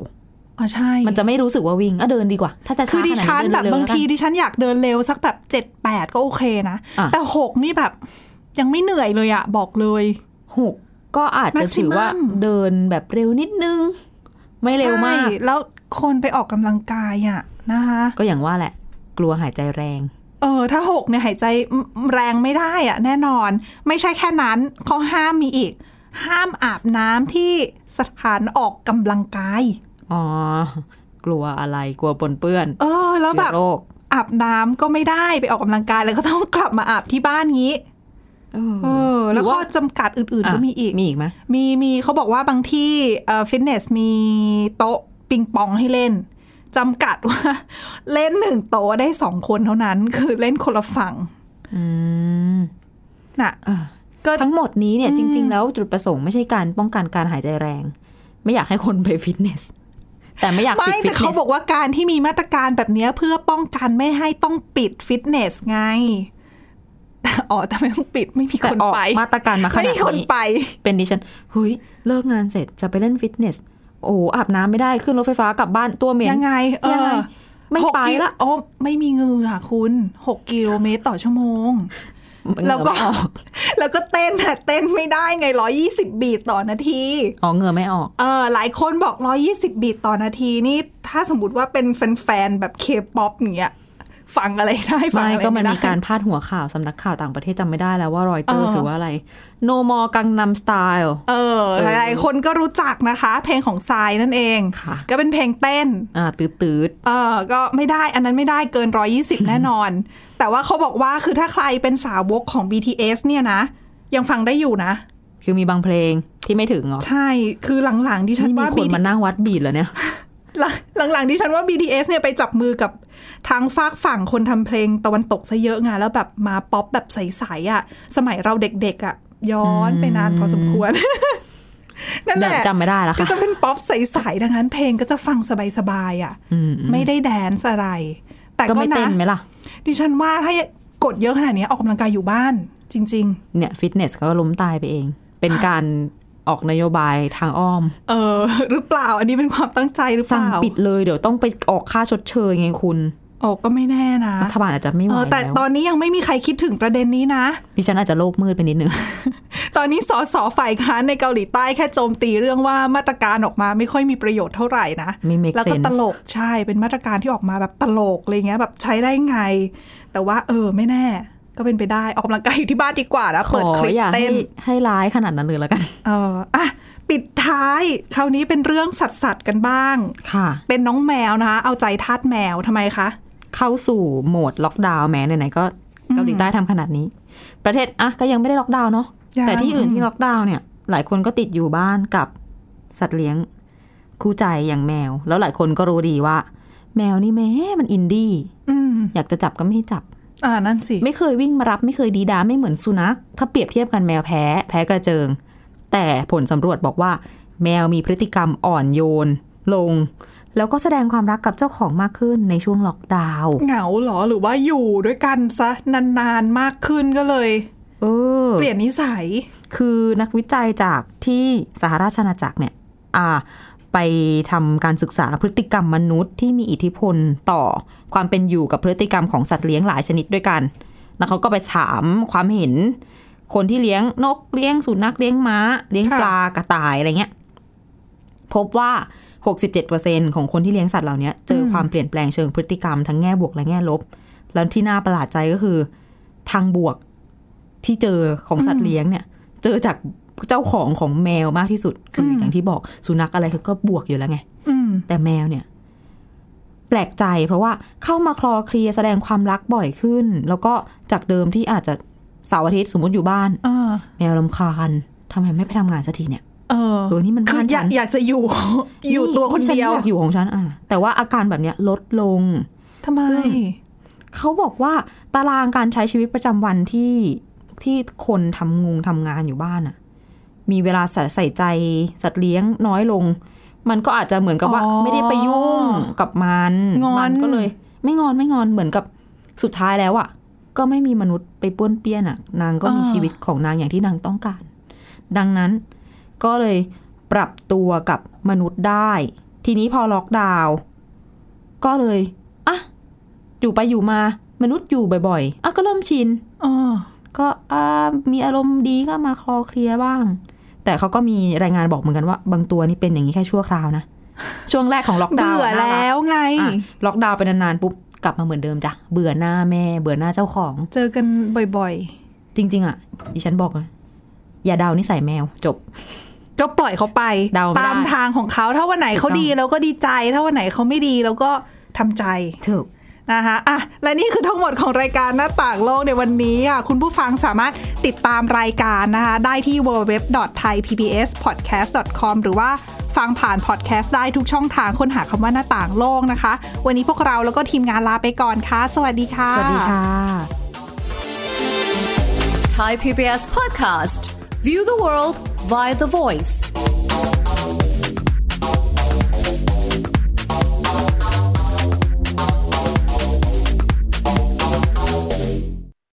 [SPEAKER 2] อ๋อใช่
[SPEAKER 3] มันจะไม่รู้สึกว่าวิ่งอ่ะเดินดีกว่า ถ้าจะช้า
[SPEAKER 2] คือดิฉัน
[SPEAKER 3] ข
[SPEAKER 2] แบ
[SPEAKER 3] นา
[SPEAKER 2] บ
[SPEAKER 3] ดเดิ
[SPEAKER 2] บาง
[SPEAKER 3] เร็วๆ
[SPEAKER 2] ที
[SPEAKER 3] แล้วกัน
[SPEAKER 2] ดิฉันอยากเดินเร็วสักแบบ 7 8 ก็โอเคนะ
[SPEAKER 3] อ่ะ
[SPEAKER 2] แต่ 6 นี่แบบยังไม่เหนื่อยเลยอะบอกเลย
[SPEAKER 3] หกก็อาจจะถือว่า
[SPEAKER 2] maximum
[SPEAKER 3] เดินแบบเร็วนิดนึง ไม่เร็วมาก
[SPEAKER 2] ใช่แล้วคนไปออกกำลังกายอะนะคะ
[SPEAKER 3] ก็อย่างว่าแหละ กลัวหายใจแรง
[SPEAKER 2] เออถ้าหกเนี่ยหายใจแรงไม่ได้อะแน่นอน ไม่ใช่แค่นั้นเขาห้ามมีอีก ห้ามอาบน้ำที่สถานออกกำลังกาย
[SPEAKER 3] อ๋อ กลัวอะไรกลัวปนเปื้อน
[SPEAKER 2] เออ แล้วแบบ
[SPEAKER 3] เชื้อโรค
[SPEAKER 2] อาบน้ำก็ไม่ได้ไปออกกำลังกาย แล้วก็ต้องกลับมาอาบที่บ้านงี้
[SPEAKER 3] เออ
[SPEAKER 2] เออ แล้ว
[SPEAKER 3] หรือ
[SPEAKER 2] ข้อ
[SPEAKER 3] ว่า
[SPEAKER 2] จำกัดอื่นๆก็มีอีก
[SPEAKER 3] มีอีกไหม
[SPEAKER 2] มีมีเขาบอกว่าบางที่เอ่อฟิตเนสมีโต๊ะปิงปองให้เล่นจำกัดว่า เล่นหนึ่งโต๊ะได้สองคนเท่านั้น คือเล่นคนละฝั่ง
[SPEAKER 3] อืม
[SPEAKER 2] น่ะ
[SPEAKER 3] เออ
[SPEAKER 2] ก็
[SPEAKER 3] ทั้งหมดนี้เนี่ยจริง ๆ แล้วจุดประสงค์ไม่ใช่การป้องกันการหายใจแรง ไม่อยากให้คนไปฟิตเนส แต่ไม่อยากปิด
[SPEAKER 2] ไม่
[SPEAKER 3] ฟิ
[SPEAKER 2] แต่
[SPEAKER 3] ตเน
[SPEAKER 2] เขา
[SPEAKER 3] ส
[SPEAKER 2] บอกว่าการที่มีมาตรการแบบเนี้ยเพื่อป้องกันไม่ให้ต้องปิดฟิตเนสไง แต่อ๋อแต่ไม่ต้องปิดไม่มี
[SPEAKER 3] แต่
[SPEAKER 2] คน
[SPEAKER 3] ออก
[SPEAKER 2] ไป
[SPEAKER 3] มาตรการมาข
[SPEAKER 2] ไม่
[SPEAKER 3] นาด
[SPEAKER 2] มีคน
[SPEAKER 3] นี้
[SPEAKER 2] ไป
[SPEAKER 3] เป็นดิฉันเฮ้ยเลิกงานเสร็จจะไปเล่นฟิตเนส โอ้โหอาบน้ำไม่ได้ขึ้นรถไฟฟ้ากลับบ้านตัวเหม็น
[SPEAKER 2] ยังไง เอ
[SPEAKER 3] ยัง
[SPEAKER 2] อ
[SPEAKER 3] ไงไม่
[SPEAKER 2] หก
[SPEAKER 3] ไป
[SPEAKER 2] กิ
[SPEAKER 3] ละ
[SPEAKER 2] โโอ้ไม่มีเหงือค่ะคุณหกกิโลเมตรต่อชั่วโมง แล้วก็
[SPEAKER 3] เหงื่อไม่ออก
[SPEAKER 2] แล้วก็เต้นอะเต้นไม่ได้ไงร้อยี่สิบบีทต่อนาที
[SPEAKER 3] อ๋อเหงื่อไม่ออก
[SPEAKER 2] เออหลายคนบอก 120 บีทต่อนาทีนี่ ถ้าสมมติว่าเป็นแฟนๆแบบเคป๊อปเนี้ยฟังอะไรได้ฟัง
[SPEAKER 3] ไม่
[SPEAKER 2] อะไร
[SPEAKER 3] ก็มัน
[SPEAKER 2] ไได้
[SPEAKER 3] มีการพาดหัวข่าวสำนักข่าวต่างประเทศจำไม่ได้แล้วว่ารอยเตอร์
[SPEAKER 2] เออ
[SPEAKER 3] หรือว่าอะไร no more กังนำสไตล์
[SPEAKER 2] เออ
[SPEAKER 3] เออ
[SPEAKER 2] หลายๆคนก็รู้จักนะคะ เพลงของทรายนั่นเอง
[SPEAKER 3] ค่ะ
[SPEAKER 2] ก็เป็นเพลงเต้น
[SPEAKER 3] อ่าตืด
[SPEAKER 2] เออก็ไม่ได้อันนั้นไม่ได้เกิน 120 แน่นอน แต่ว่าเขาบอกว่าคือถ้าใครเป็นสาวกของ BTS เนี่ยนะ ยังฟังได้อยู่นะ
[SPEAKER 3] ๆคือมีบางเพลงที่ไม่ถึงเหรอ
[SPEAKER 2] ใช่คือหลังๆดิฉัน
[SPEAKER 3] นี่มี
[SPEAKER 2] ว่า
[SPEAKER 3] คนมานั่งวัดบีดแล้วเนี่ย
[SPEAKER 2] หลังหลังๆดิฉันว่า BTS เนี่ยไปจับมือกับทางฝากฝั่งคนทำเพลงตะวันตกซะเยอะไงานแล้วแบบมาป๊อปแบบใสๆอ่ะ สมัยเราเด็กๆอ่ะ ย้อนไปนานพอสมควร นั่นแหละ
[SPEAKER 3] เดี๋ยวจำไม่ได้แล้วค่ะ
[SPEAKER 2] ก็จะเป็นป๊อปใสๆดังนั้นเพลงก็จะฟังสบายๆอ่ะ ไม่ได้แดนซ์อะไร แต่
[SPEAKER 3] ก็
[SPEAKER 2] ก็
[SPEAKER 3] ไม่
[SPEAKER 2] นะ
[SPEAKER 3] เต้นไหมล่ะ
[SPEAKER 2] ดิฉันว่าถ้ากดเยอะขนาดนี้ออกกำลังกายอยู่บ้าน จริง
[SPEAKER 3] เนี่ยฟิตเนสเขาก็ล้มตายไปเอง เป็นการออกนโยบายทางอ้อม
[SPEAKER 2] ๆ เออ หรือเปล่า อันนี้เป็นความตั้งใจหรือเป
[SPEAKER 3] สั่ง
[SPEAKER 2] ล่า
[SPEAKER 3] ปิดเลยเดี๋ยวต้องไปออกค่าชดเชยไงคุณ
[SPEAKER 2] โอ้ก็ไม่แน่นะ
[SPEAKER 3] รัฐบาลอาจจะไม่ไหว
[SPEAKER 2] เออแต่
[SPEAKER 3] แล้ว
[SPEAKER 2] ตอนนี้ยังไม่มีใครคิดถึงประเด็นนี้นะ
[SPEAKER 3] ดิฉันอาจจะโลกมืดไปนิดนึง
[SPEAKER 2] ตอนนี้สสฝ่ายค้านในเกาหลีใต้แค่โจมตีเรื่องว่ามาตรการออกมาไม่ค่อยมีประโยชน์เท่าไหร่นะ
[SPEAKER 3] ไม่ make
[SPEAKER 2] แล้วก็
[SPEAKER 3] sense
[SPEAKER 2] ตลกใช่เป็นมาตรการที่ออกมาแบบตลกอะไรเงี้ยแบบใช้ได้ไง แต่ว่าเออไม่แน่ ก็เป็นไปได้ออกกำลังกายอยู่ที่บ้านดีกว่านะ
[SPEAKER 3] ขอ
[SPEAKER 2] เปิดคลิป
[SPEAKER 3] อย่าให้
[SPEAKER 2] เต้น
[SPEAKER 3] ให้ร้ายขนาดนั้นเลยแล้วกัน
[SPEAKER 2] เอออ่ะปิดท้าย คราวนี้เป็นเรื่องสัตว์สัตว์ๆกันบ้าง
[SPEAKER 3] ค่ะ
[SPEAKER 2] เป็นน้องแมวนะคะ เอาใจทาสแมวทำไมคะ
[SPEAKER 3] เข้าสู่โหมดล็อกดาวน์แหม้ไหนๆก็เกาหลีใต้ทำขนาดนี้ ประเทศอ่ะก็ยังไม่ได้ล็อกดาวน์เนาะ
[SPEAKER 2] ยัง
[SPEAKER 3] แต่ที่อื่นที่ล็อกดาวน์เนี่ย หลายคนก็ติดอยู่บ้านกับสัตว์เลี้ยงคู่ใจอย่างแมว แล้วหลายคนก็รู้ดีว่า แมวนี่แม้มันอินดี้
[SPEAKER 2] อืม
[SPEAKER 3] อยากจะจับก็ไม่ให้จับ
[SPEAKER 2] อ่านั่นสิ
[SPEAKER 3] ไม่เคยวิ่งมารับไม่เคยดีดาไม่เหมือนสุนัข ถ้าเปรียบเทียบกันแมวแพ้แพ้กระเจิง แต่ผลสำรวจบอกว่า แมวมีพฤติกรรมอ่อนโยน ลง แล้วก็แสดงความรักกับเจ้าของมากขึ้นในช่วงล็อกดาวน์
[SPEAKER 2] เหงาเหรอหรือว่าอยู่ด้วยกันซะนานๆมากขึ้นก็เลย
[SPEAKER 3] เออ
[SPEAKER 2] เปลี่ยนนิสัย
[SPEAKER 3] คือนักวิจัยจากที่สหราชอาณาจักรเนี่ยอ่าไปทำการศึกษาพฤติกรรมมนุษย์ที่มีอิทธิพลต่อความเป็นอยู่กับพฤติกรรมของสัตว์เลี้ยงหลายชนิดด้วยกัน แล้วเขาก็ไปถามความเห็น คนที่เลี้ยงนกเลี้ยงสุนัขเลี้ยงม้า เลี้ยงปลากระต่ายอะไรเงี้ย พบว่า 67%ของคนที่เลี้ยงสัตว์เหล่าเนี้ยเจออ
[SPEAKER 2] ม
[SPEAKER 3] ความเปลี่ยนแปลงเชิงพฤติกรรมทั้งแง่บวกและแง่ลบ แล้วที่น่าประหลาดใจก็คือ ทางบวกที่เจอของสัตว์เลี้ยงเนี่ย เจอจากเจ้าของของแมวมากที่สุด คืออ
[SPEAKER 2] ม
[SPEAKER 3] อย่างที่บอกสุนัขอะไรเขาก็บวกอยู่แล้วไง
[SPEAKER 2] อืม
[SPEAKER 3] แต่แมวเนี่ย แปลกใจเพราะว่าเข้ามาคลอเคลียร์แสดงความรักบ่อยขึ้น แล้วก็จากเดิมที่อาจจะเสาร์อาทิตย์สมมติอยู่บ้าน
[SPEAKER 2] เออ
[SPEAKER 3] แมวรำคาญทำไมไม่ไปทำงานสักทีเนี่ย
[SPEAKER 2] เออ
[SPEAKER 3] เออนี่มัน
[SPEAKER 2] คือ
[SPEAKER 3] บ้าน
[SPEAKER 2] อ
[SPEAKER 3] ฉั
[SPEAKER 2] ยาน กอยากจะอยู่ อยู่ตัวคนเดียว
[SPEAKER 3] ฉัอยากอยู่ของฉันอ่ะแต่ว่าอาการแบบเนี้ยลดลง
[SPEAKER 2] ทำไม
[SPEAKER 3] ซึ่ง เขาบอกว่าตารางการใช้ชีวิตประจำวันที่ที่คนทำงงทำงานอยู่บ้านอะมีเวลาใส่ใส่ใจสัตว์เลี้ยงน้อยลง มันก็อาจจะเหมือนกับว่าไม่ได้ไปยุ่งกับมันมันก็เลย ไม่งอนไม่งอนเหมือนกับสุดท้ายแล้วอะก็ไม่มีมนุษย์ไปป้วนเปี้ยนอะนางก็มีชีวิตของนางอย่างที่นางต้องการ ดังนั้นก็เลยปรับตัวกับมนุษย์ได้ ทีนี้พอล็อกดาวน์ก็เลยอ่ะ อยู่ไปอยู่มามนุษย์อยู่บ่อยๆอ่ะก็เริ่มชิน
[SPEAKER 2] เออ
[SPEAKER 3] ก็อ่ามีอารมณ์ดีก็มาคลอเคลียร์บ้าง แต่เขาก็มีรายงานบอกเหมือนกันว่า บางตัวนี่เป็นอย่างนี้แค่ชั่วคราว นะ ช่วงแรกของล็อกดาวน์
[SPEAKER 2] เบื่อ
[SPEAKER 3] น่ารัก
[SPEAKER 2] แล้วไง
[SPEAKER 3] อ่ะล็อกดาวน์ไปนานๆปุ๊บกลับมาเหมือนเดิมจ้ะเบื่อหน้าแม่ เบื่อหน้าเจ้าของ
[SPEAKER 2] เจอกันบ่อย
[SPEAKER 3] จริง ๆ อ่ะ ดิฉันบอกเลยอย่าเดาวนิสัยแมวจบ
[SPEAKER 2] ๆ ก็ปล่อยเขาไป
[SPEAKER 3] เดาไม่ได้
[SPEAKER 2] ตามทางของเขาถ้าวันไหนเขา
[SPEAKER 3] ถูกต้อง
[SPEAKER 2] ดีเราก็ดีใจ ถ้าวันไหนเขาไม่ดีเราก็ทำใจ
[SPEAKER 3] ถูก
[SPEAKER 2] นะคะอ่ะ และนี่คือทั้งหมดของรายการหน้าต่างโลกในวันนี้ค่ะ คุณผู้ฟังสามารถติดตามรายการนะคะ ได้ที่ www.thaipbspodcast.com หรือว่าฟังผ่านพอดแคสต์ได้ทุกช่องทางค้นหาคำว่าหน้าต่างโลกนะคะ วันนี้พวกเราแล้วก็ทีมงานลาไปก่อนค่ะ สวัสดีค่ะ
[SPEAKER 3] สวัสดีค่ะ
[SPEAKER 6] Thai PBS podcast. View the world via the voice.